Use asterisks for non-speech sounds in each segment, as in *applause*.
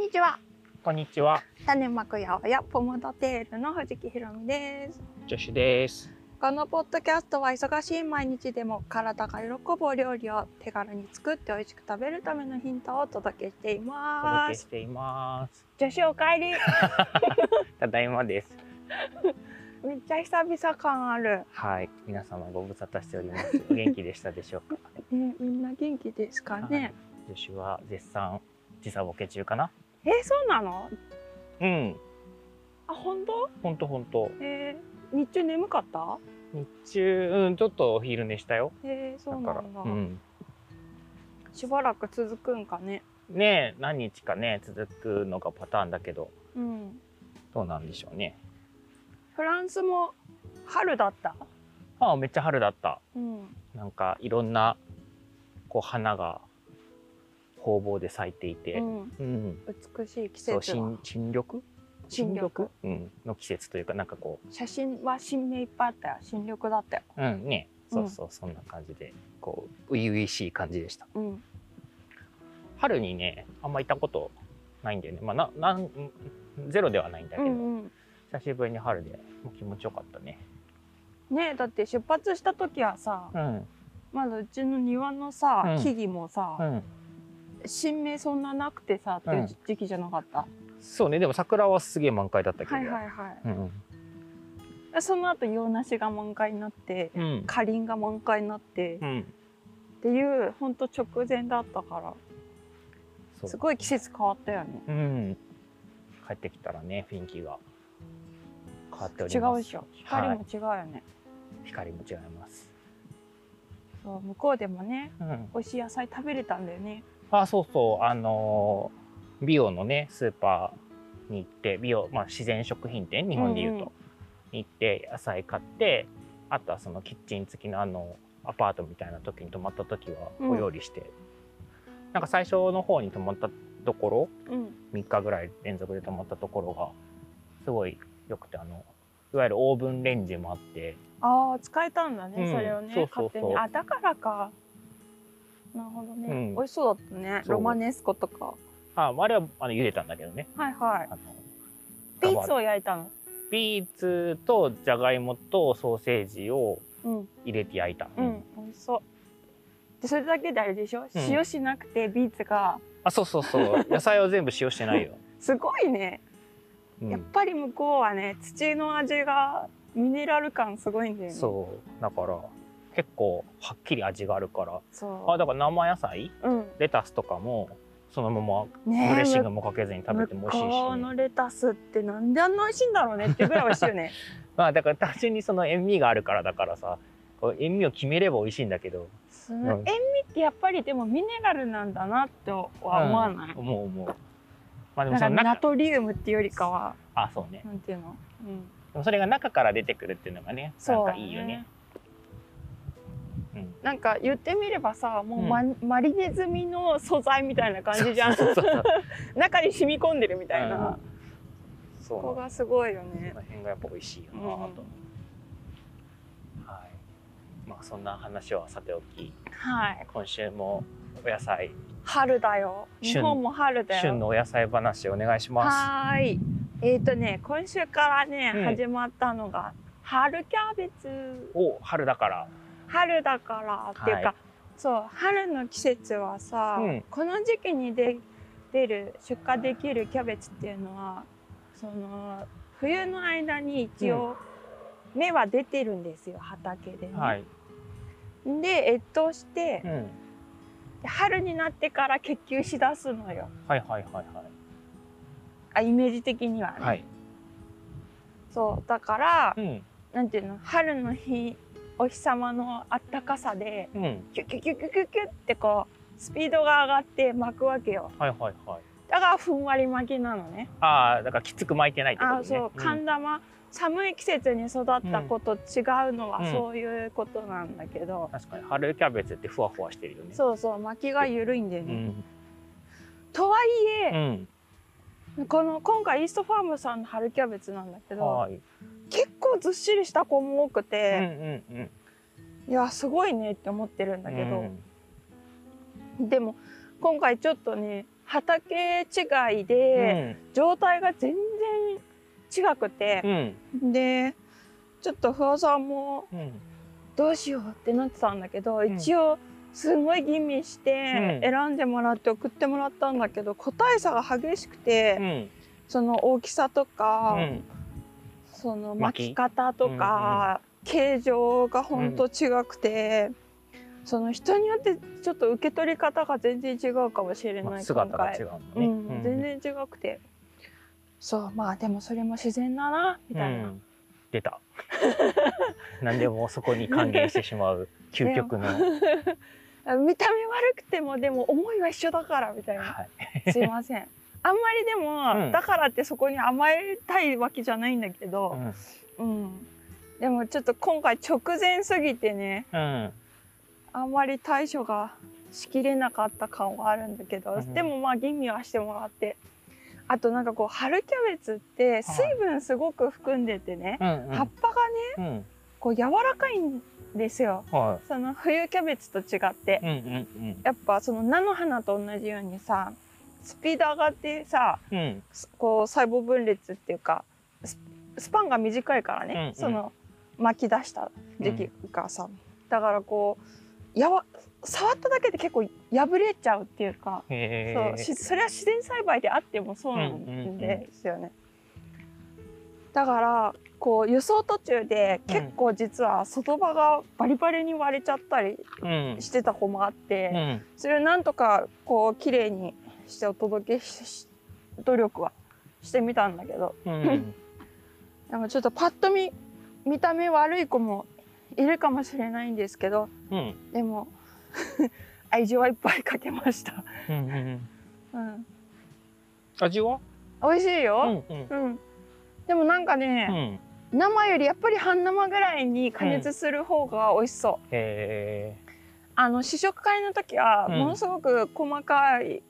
にちは。こんにちは、種まくやおやポムドテールの藤木ひろみです。ジョシュです。このポッドキャストは忙しい毎日でも体が喜ぶお料理を手軽に作って美味しく食べるためのヒントをお届けしていお届まけすし。ています。女子お帰り。ただいまです。めっちゃ久々感ある。はい、皆様ご無沙汰しており *laughs* ます。お元気でしたでしょうか。ね、みんな元気ですかはいね。ジョシュは絶賛時差ボケ中かな。え、そうなの？うん、あ、本当？本当本当。えー、日中眠かった？日中、うん、ちょっとお昼寝したよ。えー、そだうなから、んだ。うん。しばらく続くんかね。ねえ、何日かね、続くのがパターンだけど、うん。どうなんでしょうね。フランスも春だった。ああ、めっちゃ春だった。うん。なんかいろんなこう花が方々で咲いていて、うん、うん、美しい季そう節だ新新緑新緑うん、の季節というかなんかこ写真は新芽いっぱいあったよ新緑だったよ、ううんねそううんそうそんな感じでこう初々しい感じでしたうん、春にねあんま行ったことないんだよねまあななんゼロではないんだうけど、んうん久しぶりに春でもう気持ちよかったねねえだって出発した時はさうんまだうちの庭のさ、うん木々もさ、うん新芽そんななくてさっていう時期じゃなかった、そうねでも桜はすげえ満開だったけどはいはいいはいうんでその後洋梨が満開になってうんかりんが満開になって、うっんていうほんと直前だったからそうすごい季節変わったよねうん。帰ってきたらね、雰囲気が変わってお違りまうす。でしょ光も違うよね、光も違います。そう向こうでもねうん。美味しい野菜食べれたんだよねあ、そうそう、あのービオのね、スーパーに行って、ビオ、まあ自然食品店、日本でいうと、うんに行って野菜買って、あとはそのキッチン付きのあのアパートみたいな時に泊まった時はうんお料理して、なんか最初の方に泊まったところ、うん3日ぐらい連続で泊まったところがすごい良くてあのいわゆるオーブンレンジもあってああ使えたんだね、うんそれをねそうそうそ勝手うにあだからかなるほどね、うん美味しそうだったねそうロマネスコとかああれはあの茹でたんだけどねはいはいあのビーツを焼いたのビーツとじゃがいもとソーセージをうん入れて焼いた、うん、美味しそうでそれだけであれでしょ、うん塩しなくてビーツがあそうそうそう *laughs* 野菜は全部使用してないよ、すごいね、うんやっぱり向こうはね土の味がミネラル感すごいんだよねそうだから結構はっきり味があるからそうあだから生野菜うんレタスとかもそのままねえドレッシングもかけずに食べても向美味しいしこうね、のレタスってなんであんな美味しいんだろうねってぐらい美味しいよねまあだから単純にその塩味があるからだからさこう塩味を決めれば美味しいんだけどすごい塩味ってやっぱりでもミネラルなんだなっては思わない、思う思うまあでなもんそかのナ中トリウムっていうよりかはあそうねなんていうの、うん、でもそれが中から出てくるっていうのがねそなうんだかいいよねうんなんか言ってみればさもううんマ,、マリネ済みの素材みたいな感じじゃんそうそうそう中に染み込んでるみたいな、うんそうこ *laughs* こなのがすごいよねこの辺がやっぱ美味しいよなうんと、はいまあそんな話はさておきはい今週もお野菜春だよ旬日本も春だよ旬のお野菜話お願いしますはーいえっ、ー、とね今週からね、うん始まったのが春キャベツお春だから春だからっていうか、はいそう春の季節はさ、うんこの時期にで出る出荷できるキャベツっていうのはその冬の間に一応芽は出てるんですよ畑でね。はい、で越冬してう、ん、で春になってから結球しだすのよはいはいはいはいあイメージ的にはね。はいそうだからうんなんていうの春の日お日様のあったかさでうんキュキュキュキュキュキュってこうスピードが上がって巻くわけよ。はいはいはいだからふんわり巻きなのね。ああだからきつく巻いてないってことねあそう、寒玉、寒い季節に育った子と違うのはうんそういうことなんだけど、確かに春キャベツってふわふわしてるよねそうそう巻きが緩いんだようね。ん、とはいうえ、ん、この今回イーストファームさんの春キャベツなんだけどはい結構ずっしりした子も多くうんて、うんうんいやすごいねって思ってるんだけうど、んでも今回ちょっとね畑違いで、状態が全然違くうて、んでちょっと不破さんもうんどうしようってなってたんだけど、ん一応すごい吟味してうん選んでもらって送ってもらったんだけど個体差が激しくて、うんその大きさとか、うんその巻き巻き方とか、形状がほんと違くて、その人によってちょっと受け取り方が全然違うかもしれない、まあ、姿が違う今のね、回うん全然違くてそうまあでもそれも自然だなみたいな、うん出た何でもそこに還元してしまう究極の、見た目悪くてもでも思いは一緒だからみたいなはい、すいませんあんまりでも、うんだからってそこに甘えたいわけじゃないんだけうど、んうん、でもちょっと今回直前すぎてねうんあんまり対処がしきれなかった感はあるんだけど、うんでもまあ吟味はしてもらってあとなんかこう春キャベツって水分すごく含んでてね、うん葉っぱがねうんこう柔らかいんですよはその冬キャベツと違って、いうんうんやっぱその菜の花と同じようにさスピード上がってさうんうんすこう細胞分裂っていうかススパンが短いからね、うんうんその巻き出した時期がさ、だからこうやわ触っただけで結構破れちゃうっていうか、へそうーしそれは自然栽培であってもそうなんですよね。だからこう輸送途中で結構実は外葉がバリバリに割れちゃったりうんしてた子もあって。うんそれをなんとかこう綺麗にしてお届けしし努力はしてみたんだけどうんでもちょっとパッと見見た目悪い子もいるかもしれないんですけどうんでも *laughs* 愛情はいっぱいかけました、うんうんうん、味は美味しいうよ、んうんうんでもなんかうね、ん生よりやっぱり半生ぐらいに加熱する方が美味しそう、へあの試食会の時はうんものすごく細かい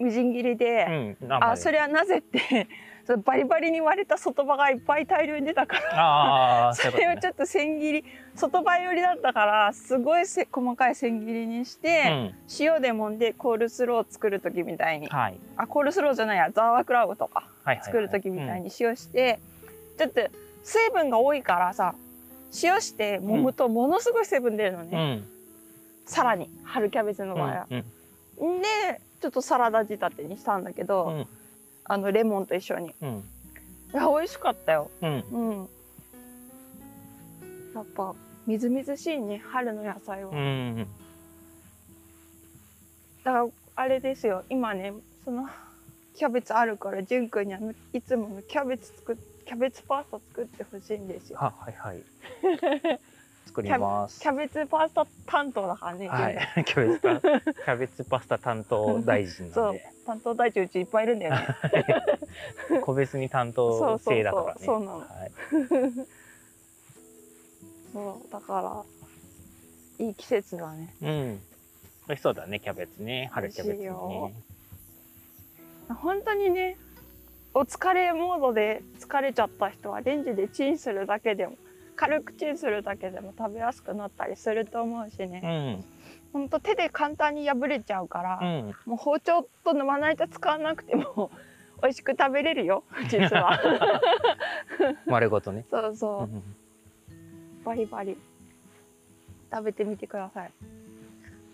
みじん切りで、ーうん生あでそれはなぜって *laughs* そのバリバリに割れた外葉がいっぱい大量に出たからああそれをょちょっと千切り外葉寄りだったからすごいせ細かい千切りにして、塩で揉んでコールスロー作る時みたいにはいあコールスローじゃないやザワークラウとかはい作る時みたいにに塩して、ちょっと水分が多いからさ塩して揉むとものすごい成分出るのうね、んさらに春キャベツのう場合は。んんでちょっとサラダ仕立てにしたんだけど、うんあのレモンと一緒に。うんいや美味しかったよ。うんうん。やっぱみずみずしいね春の野菜は。うだんからあれですよ今ねそのキャベツあるからじゅんくんにあのいつものキャベツ作っキャベツパスタ作ってほしいんですよ。ははいはい作りますキャベツパスタ担当だからね。は純 *laughs* い、キャベツパキャベツパスタ担当大臣 *laughs* なんでくん担当大臣うちいっぱいいるんだよね。個別に担当制だからねそうそうそうそうなのはいそうだからいい季節だね。うん美味しそうだねキャベツね春キャベ美味ツしいねよ本当にねお疲れモードで疲れちゃった人はレンジでチンするだけでも軽くチンするだけでも食べやすくなったりすると思うしうねんほんと手で簡単に破れちゃうから、うんもう包丁とまな板使わなくても *laughs* 美味しく食べれるよ実は *laughs* 丸ごとねそうそううんバリバリ食べてみてください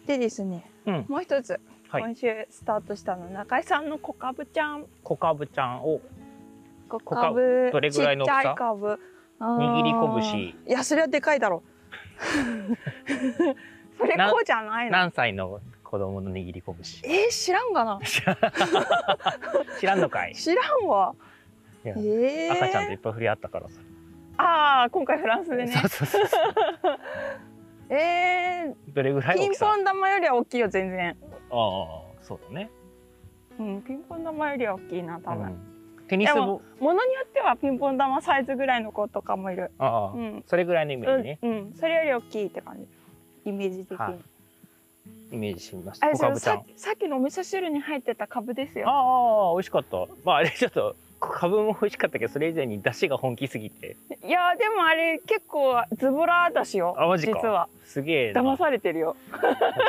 でですねうんもう一つ、はい今週スタートしたの中井さんの小かぶちゃん小かぶちゃんを小小かかぶどれぐらいの大きさちっちゃいかぶ握りうん拳いやそれはでかいだ *laughs* ろそれこうじゃないの何歳の子供の握り拳えー、知らんがな知らんのかい知らんわいえやー、 *laughs* 赤ちゃんといっぱい触れ合ったからさ、ああ今回フランスでね *laughs* そうそうそうそうえどれぐらー、いピ大ンきさポン玉よりは大きいよ全然ああそうだねうんピンポン玉よりは大きいな多分、うんテニスでももものによってはピンポン玉サイズぐらいの子とかもいるああ、うんそれぐらいのイメージね、うん、うん、それより大きいって感じイメージ的に、はいイメージしてみましあたれ小そかのぶちゃさんさっきのお味噌汁に入ってたカブですよああ美味しかったまああれちょっとカブも美味しかったけどそれ以前に出汁が本気すぎていやーでもあれ結構ズボラだしよあマジか実はすげえな騙されてるよ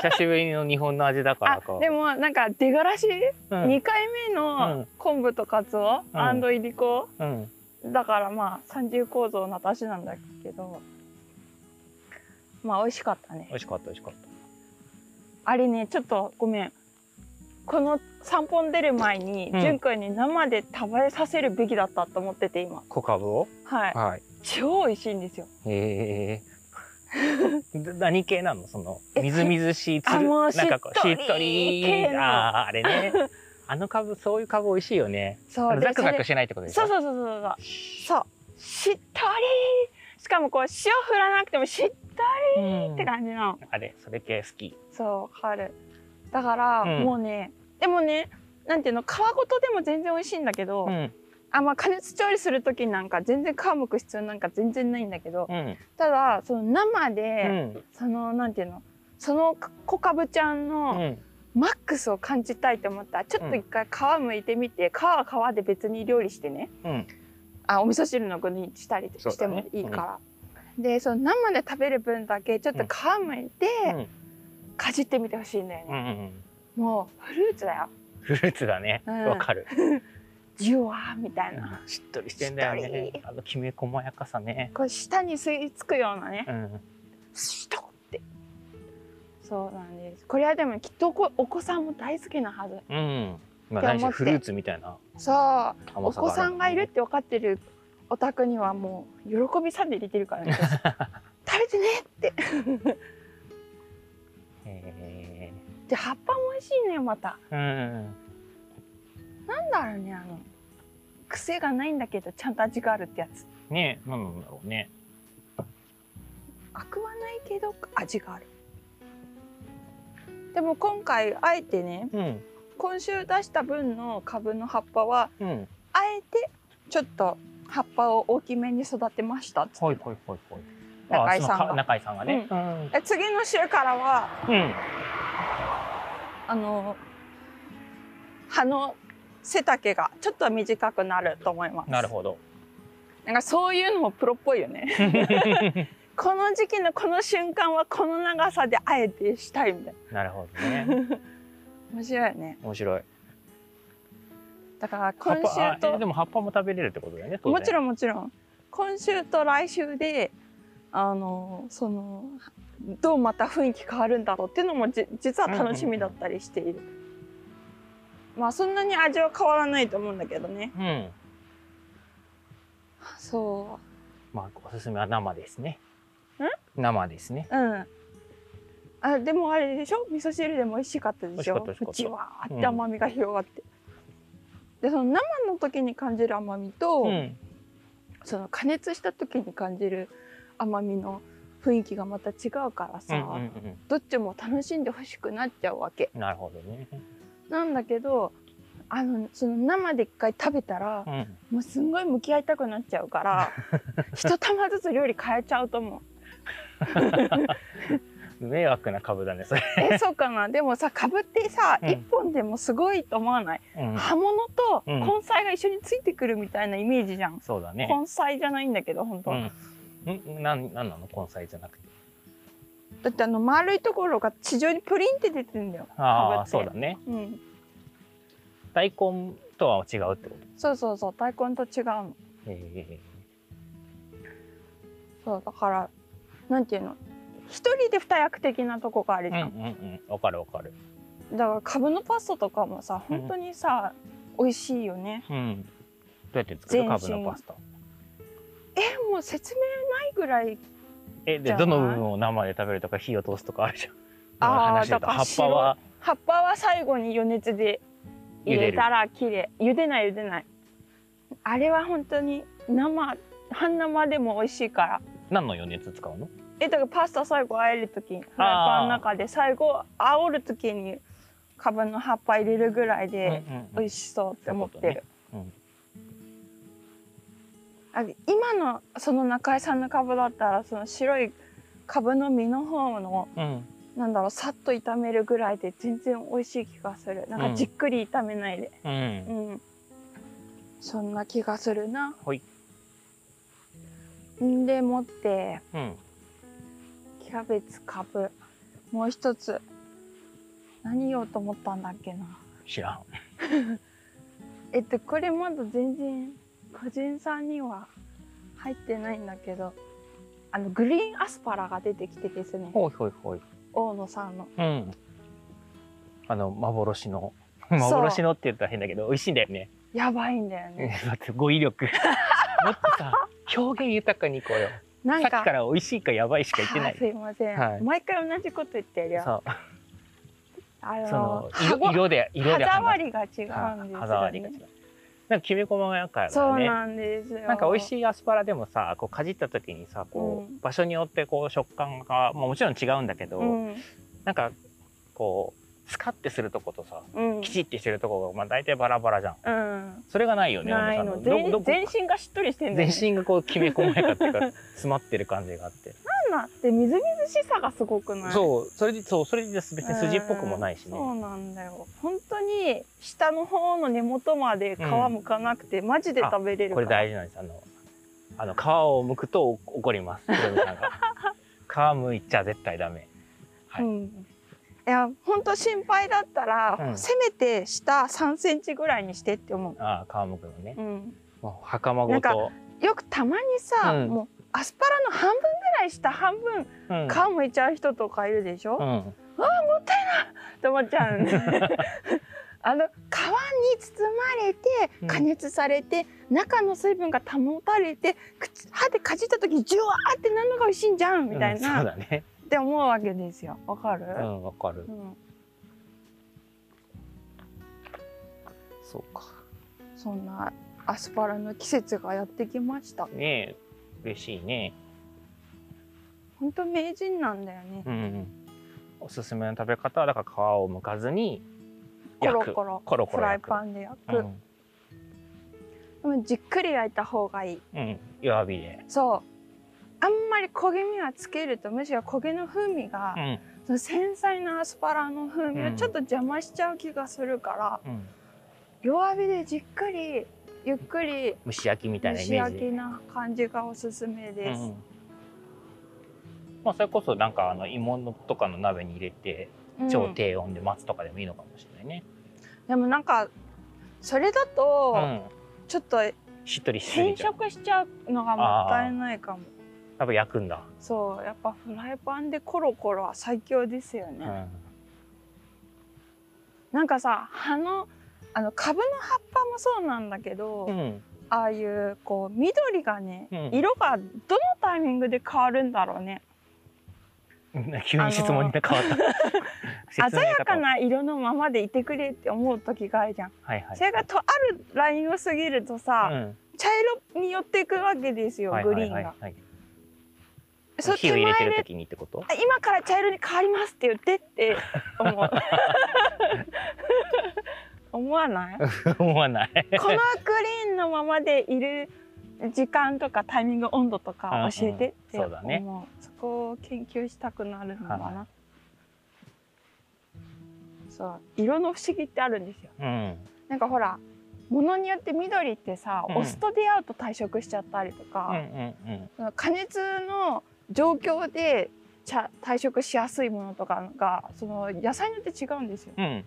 久しぶりの日本の味だからあかでもなんか出がらし、うん2回目うのん昆布とカツオうんいりこうんだからまあ三重構造の出汁なんだけどまあ美味しかったね美味しかった美味しかっあれねちょっとごめんこの散歩に出る前にうん潤、くんに生で食べさせるべきだったと思ってて今た小カブをはいはい超美味しいんですよええ *laughs* 何系なのそのえみずみずしいつあるもうなんかこうししっっととりり系のあーあれ *laughs* ねあの株そういう株美味しいよねそうでザクザクそしないってこれとでしそうょそうそうそうそうそうしっとりしかもこう塩振らなくてもしっとうんりって感じなの、あれそれ系好きそう春だから、うんもうねでもねなんていうの皮ごとでも全然美味しいんだけど、うんあまあ加熱調理する時なんか全然皮むく必要なんか全然ないんだけど、うんただその生うで、んそのなんていうのその小かぶちゃんうのんマックスを感じたいと思ったらちょっと一回皮むいてみて、皮は皮で別に料理してねうんあお味噌汁の具にしたりそうしてだもねいいから。でその生で食べる分だけちょっと皮むいて、うんかじってみてほしいんだようね、んうんもうフルーツだよフルーツだねうわ、んかるジュワーみたいなしっとりしてんだよしっとねあのきめ細やかさねこう舌に吸い付くようなねうんストッってそうなんですこれはでもきっとお子お子さんも大好きなはずうんまあって思って何しろフルーツみたいなそうお甘さがある子さんがいるって分かってるお宅にはもう喜びさんで入れてるから *laughs* ね食べてねってへで葉っぱも美味しいねまたえうんなんだろうねあの癖がないんだけどちゃんと味があるってやつね何なんだろうねアクはないけど味があるでも今回あえてねうん今週出した分の株の葉っぱはうんあえてちょっと葉っぱを大きめに育てましたっつってはいはいはいはい。中井さんがあそのか中井さんがね。うん。で次の週からはうん。あの葉の背丈がちょっと短くなると思います。なるほど。なんかそういうのもプロっぽいよね。 *laughs* この時期のこの瞬間はこの長さであえてしたいみたいなるほどね。な。面白いよね。面白い。だから葉今っ週ぱあえでとも葉っぱも食べれるってことだよね。もちん。ろんもちろん今週と来週であのそのどうまた雰囲気変わるんだろうっていうのもじ実は楽しみだったりしている。まあそんなに味は変わらないと思うんだけどね。うん。そう。まあおすすめは生ですね。生ですね。うん。あでもあれでしょ味噌汁でも美味しかったでしょ美味しかった美味しじかわーっうてん甘みが広がって、でその生の時に感じる甘みと、うん。その加熱した時に感じる甘みの雰囲気がまた違うからうさ、んうんどっちも楽しんでほしくなっちゃうわけうん。なるほどね。なんだけどあのその生で一回食べたらう、ん。もうすんごい向き合いたくなっちゃうから *laughs* 一玉ずつ料理変えちゃうと思う迷惑な株だねそれ。えそうかなでもさかぶってさ、うん一本でもすごいと思わない、うん。葉物とうん根菜が一緒についてくるみたいなイメージじゃん、そうだね。根菜じゃないんだけど本当、うん。んなんなんなの根菜じゃなくて。だってあの丸いところが地上にプリンって出てんだよあ株っあてそうだね。うん大根とは違うってこと。そうそうそう大根と違うのえそうだからなんていうの一人で二役的なとこがあるえ。うじんうゃんん、うん。わかるわかる。だから株のパスタとかもさうん本当にさ、美味しいよねうん。どうやって作る全身株のパスタ。えもう説明ないぐらいえじでゃどのない部分を生で食べるとか火を通すとかあるじゃん。あー話だとだから葉っぱは葉っぱは最後に余熱で入れたら綺麗茹でない茹でないあれは本当に生半生でも美味しいから何の余熱使うの？えだからパスタ最後あえる時にフライパンの中で最後煽る時にカブの葉っぱ入れるぐらいでうんうんうん美味しそうって思ってる、そういうこあ今のその中井さんのカブだったらその白いカブの実の方のうん。なんだろうさっと炒めるぐらいで全然美味しい気がするなんうかんじっくり炒めないで、うん。うん、そんな気がするな。はいんでもってうんキャベツカブもう一つ何言おうと思ったんだっけな。知らんえっとこれまだ全然個人さんには入ってないんだけどあのグリーンアスパラが出てきてですねほいほいほい大野さんの。うんあの幻の幻のって言ったら変だけど美味しいんだよねやばいんだようんね。待って語 *laughs* 彙力もっとさ表現豊かにいこうよなさっきから美味しいかやばいしか言ってなあーいすいません、はい毎回同じこと言ってるよ。そうあのその歯ご色色で色で歯触話りが違うんですよ、ね。す歯触りが違うなんかきめ細やかだそようねなんですよ。なんか美味しいアスパラでもさこうかじった時にさこう、うん場所によってこう食感が、まあ、もちろん違うんだけど、うん、なんかこうスカッてするとことさうん、きちってしてるとこが、まあ、大体バラバラじゃんうん、それがないよねない小の野さん全どどこ全身がしっとりしてんだよ、全ね。身がこうきめ細やかっていうか詰まってる感じがあってなんなってみずみずしさがすごくない。そうそれでそうそれで別に筋っぽくもないしねそうなんだよ。本当に下の方の根元まで皮むかなくて、マジで食べれるこかれら。大事なんですあのあの皮を剥くとお怒りますヒロミさんが *laughs* 皮剥いちゃ絶対ダメはいうん。いや本当心配だったら、うんせめて下3センチぐらいにしてって思う。ああ皮剥くのねうん、もうな袴ごんかとよくたまにさ、うんもうアスパラの半分ぐらい下半分うん皮むいちゃう人とかいるでしょ、うんって思っちゃ *laughs* うんであの皮に包まれてうん加熱されて、中の水分が保たれて口歯でかじった時にジュワーってなるのが美味しいんじゃんみたいうんな、 *laughs* そうだねって思うわけですよわかる、うんわかるうんそうかそんなアスパラの季節がやってきましたねえ嬉しいねほんと名人なんだよねうんうんおすすめの食べ方はだから皮を剥かずにコ焼ロくコロコロコフロライ焼くパンで焼く、うんでもじっくり焼いた方がいいうん弱火でそうあんまり焦げ目はつけるとむしろ焦げの風味が、うんその繊細なアスパラの風味うをんちょっと邪魔しちゃう気がするから、うん弱火でじっくりゆっくり蒸し焼きみたい蒸なイしメー焼ジきでな感じがおすすめです。うんまあそれこそなんかあの芋のとかの鍋に入れてうん超低温で待つとかでもいいのかもしれないね。でもなんかそれだうとん、ちょっとしっとりしすぎ変ちゃう。色しちゃうのがもったいないかも。やっぱ焼くんだ。そうやっぱフライパンでコロコロは最強ですようね。ん。なんかさ葉のあの株の葉っぱもそうなんだけど、うん。ああいうこう緑がね、うん色がどのタイミングで変わるんだろうね。急に質問 *laughs* に変わった。鮮説明や方か。な色のままでいてくれって思う時があるじゃん、はいはい。それがとあるラインを過ぎるとさ、うん茶色に寄っていくわけですよ、はいグはリーいンはが、いはい。そっち火を前入れてるで時にってこと？あ今から茶色に変わりますって言ってって思 *laughs* う思わないこ *laughs* 思わない。のグリーンのままでいる時間とかタイミング温度とか教えてってうん思う,、うんそうだねそこを研究したくなるのかな、はそう色の不思議ってあるんですようん。なんかほら物によって緑ってさ、うんお酢と出会うと退色しちゃったりとうんうか、んうん。その加熱の状況で茶退色しやすいものとかがその野菜によって違うんですよ。うん。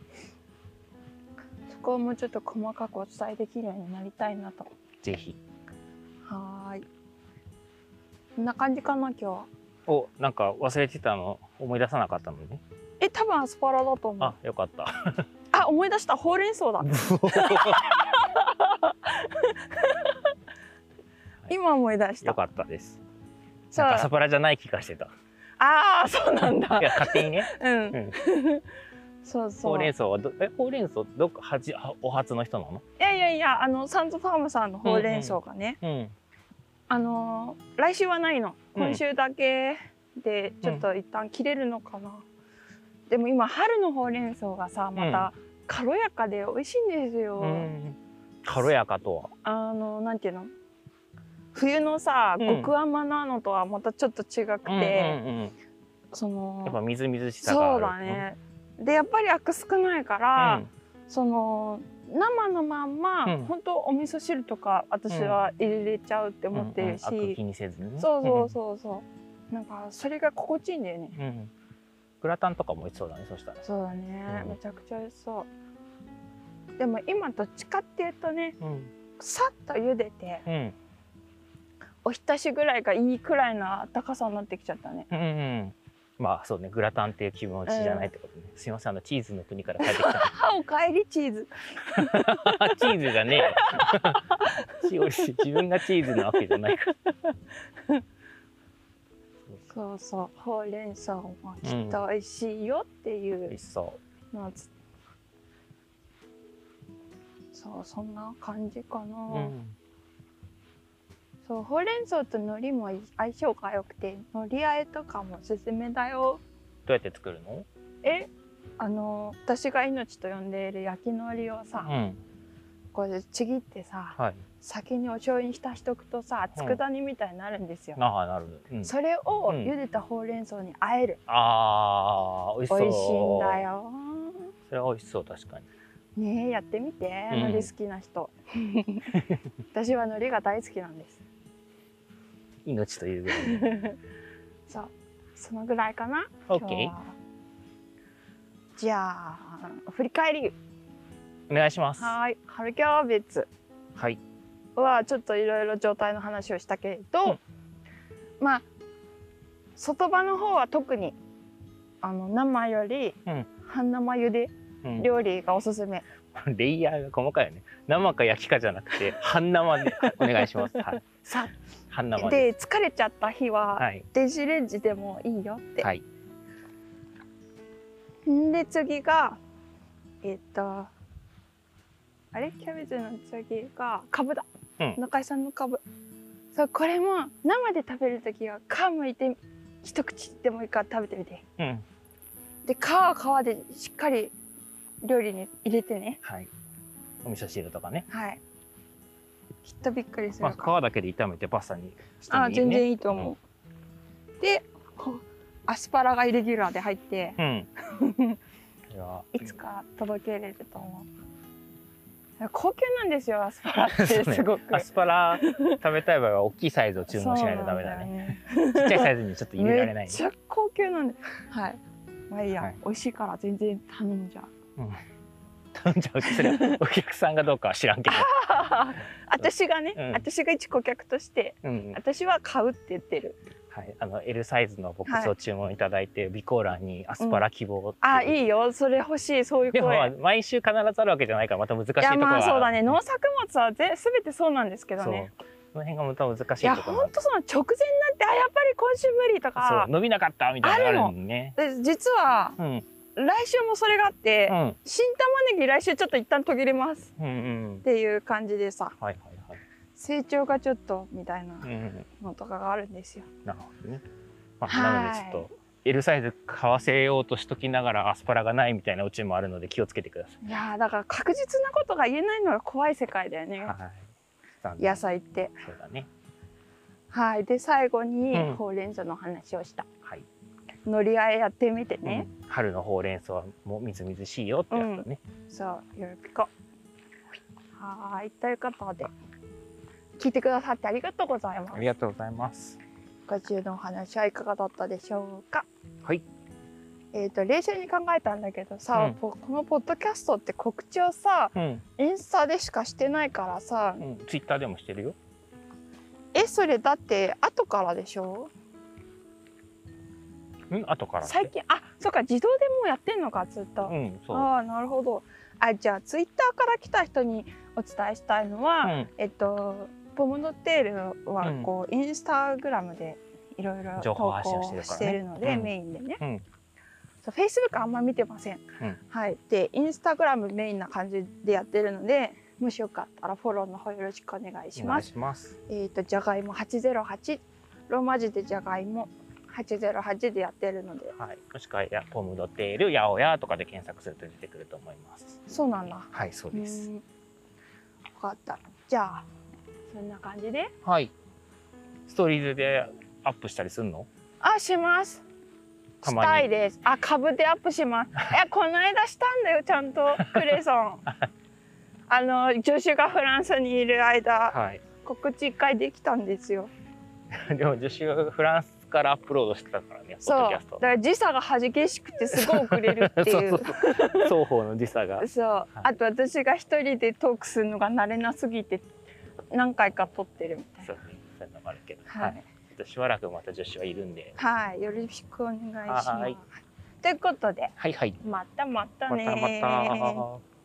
そこをもうちょっと細かくお伝えできるようになりたいなと。ぜひ。はーい。こんな感じかな今日は。おなんか忘れてたの思い出さなかったのね。え多分アスパラだと思う。ああよかった。 *laughs* 思い出したほうれん草だ。今思い出した。よかったです。そなんかサう。プラじゃない気がしてた。ああそうなんだい。や勝手にね。うん。うん *laughs* そうそう。ほうれん草はどえほうれん草どっかはじはお初の人なの？いやいやいやあのサンズファームさんのほうれん草がね、うん。あのー来週はないのうん今週だけでちょっと一旦切れるのかな、でも今春のほうれん草がさまた軽やかで美味しいんですよ、うん。軽やかとは。あのなんていうの冬のさうん極甘なのとはまたちょっと違くて、うんうんうん、そやっぱのみずみずしさがある。そうだね、でやっぱりアク少ないかうら、ん。その生のまんま、うん本当お味噌汁とか私は入れちゃうって思ってるし、うんうん、あく気にせずにねそうそうそうそうなんかそれが心地いいんだよねうん、うんグラタンとかも美味しそうだねそしたら、そうだね、うんめちゃくちゃ美味しそうでも今どっちかっていうとねうんさっと茹でてうんおひたしぐらいがいいくらいの温かさになってきちゃったねうんうんまあそうねグラタンっていう気持ちじゃないってことね、すいませんあのチーズの国から帰ってきた *laughs* あおかえりチーズチーズがねえしおり自分 *laughs* がチーズなわけじゃないからそそううそうほうれん草もきっと美味しいよっていう美味しそのをつそうそんな感じかな、う、うん、そうほうれん草と海苔も相性が良くて海苔あえとかもおすすめだよどうやって作るのえあの私が命と呼んでいる焼き海苔をさ、うんこうちぎってさはい先にお醤油に浸しとくとさうん佃煮みたいになるんですよ、ああなるほど、うん、それをうん茹でたほうれん草にあえる、あー美味しそう美味しいんだよそれは美味しそう確かにねえやってみてうん海苔好きな *laughs* 人、私は海苔が大好きなんです命というぐらいに *laughs* そうそのぐらいかな今日 OK はじゃあ振り返りお願いしますはーい春キャワ別はいはちょっといろいろ状態の話をしたけれど、うんまあ外葉の方は特にあの生よりうん半生茹でうん料理がおすすめ、レイヤーが細かいよね生か焼きかじゃなくて半生でお願いしますはいさ半生でで疲れちゃった日ははい電子レンジでもいいよって、はいんで次がえっとあれキャベツの次がカブだ、うん中井さんのカブそうこれも生で食べる時は皮むいて一口でもいいから食べてみてうんで皮は皮でしっかり料理に入れてねはいお味噌汁とかねはいきっとびっくりすまるから、あ皮だけで炒めてパスタにしてあもいいね全然いいと思う、でこうアスパラがイレギュラーで入ってうん。 *laughs* いや、いつか届けれると思う。高級なんですよ、アスパラって *laughs* そうねすごく。アスパラ食べたい場合は大きいサイズを注文しないとダメだね。ね。ちっちゃいサイズにちょっと入れられなめっい。ちゃ高級なんで。はい。まあいいや、はい美味しいから全然頼んじゃう。頼んじゃうそれはお客さんがどうかは知ら *laughs* んけ *laughs* 私がね、うん私が一顧客として、ど。うん。私は買うって言ってる。はい。あの L サイズのボックスを注文いただいて、備考欄にアスパラ希望って。あ、い。いいよ、それ欲しい、そういうでもまあ声。毎週必ずあるわけじゃないからまた難しいといころや、まあそうだね。ね、農作物はぜ全てそうなんですけどそう。ね。その辺がまた難しいいや、ところな本ん当だ。その直前になって、あ、やっぱり今週無理とそうか。伸びなかったみたいなのがあるのね。で実はうんうん来週もそれがあって、うん新玉ねぎ来週ちょっと一旦途切れますうんうんっ。ていう感じでさはいはい成長がちょっとみたいなはい。うんうん。のとかがあるんですよ。なるほどね。まあ、はいなのでちょっと L サイズ買わせようとしときながらアスパラがないみたいなオチもあるので気をつけてくださいやーだから確実なことが言えないのが怖い世界だよい。ねはい。残念野菜って。そうだね。はいで最後にうんほうれん草の話をした。はい。乗り合いやってみてね。うん春のほうれん草はもうみずみずしいよってやつだね。そうよろぴこ。はーいということで聞いてくださってありがとうございますあ。りがとうございます。今週のお話はいかがだったでしょうかはいえっ、と練習に考えたんだけどさ、うんぽこのポッドキャストって告知をさうん。インスタでしかしてないからさうん。ツイッターでもしてるよ。えそれだって後からでしょうん。後からって。最近あそっか自動でもうやってんのかずっと、うん。そう。ああなるほどあじゃあツイッターから来た人にお伝えしたいのは、うん。えっとポムドテールはこう、インスタグラムでいろいろ情投報発信を稿ししてるからねてるのでうんメインでね、うんそうフェイスブックあんま見てません、うんはいでインスタグラムメインな感じでやってるのでもしよかったらフォローの方よろしくお願いしお願まいすします。えっ、とじゃがいも808ローマ字でじゃがいも808でやってるのではい。もしくはやポムドテールやおやとかで検索すると出てくると思います。そうなんだはい。そううです。ん分かったじゃあそんな感じではい。ストーリーズでアップしたりするの？あしますたしまにたいです *laughs* あ株でアップしますいやこの間したんだよちゃんとクレソンあの助手がフランスにいる間はい。 *laughs* 告知一回できたんですよでも助手フランスからアップロードしてたからね、ポそッうドキだャスト。から時差がはじけしくてすごい遅れる *laughs* っていう *laughs* そうそうそう。双方の *laughs* 時差が。そう、あと私が一人でトークするのが慣れなすぎて何回か撮ってるみたいなそうそういうのもあるけど。ははいい。あとしばらくまた助手はいるんで。はい、よろしくお願いしますはいということではいはい。またまたまねたまた。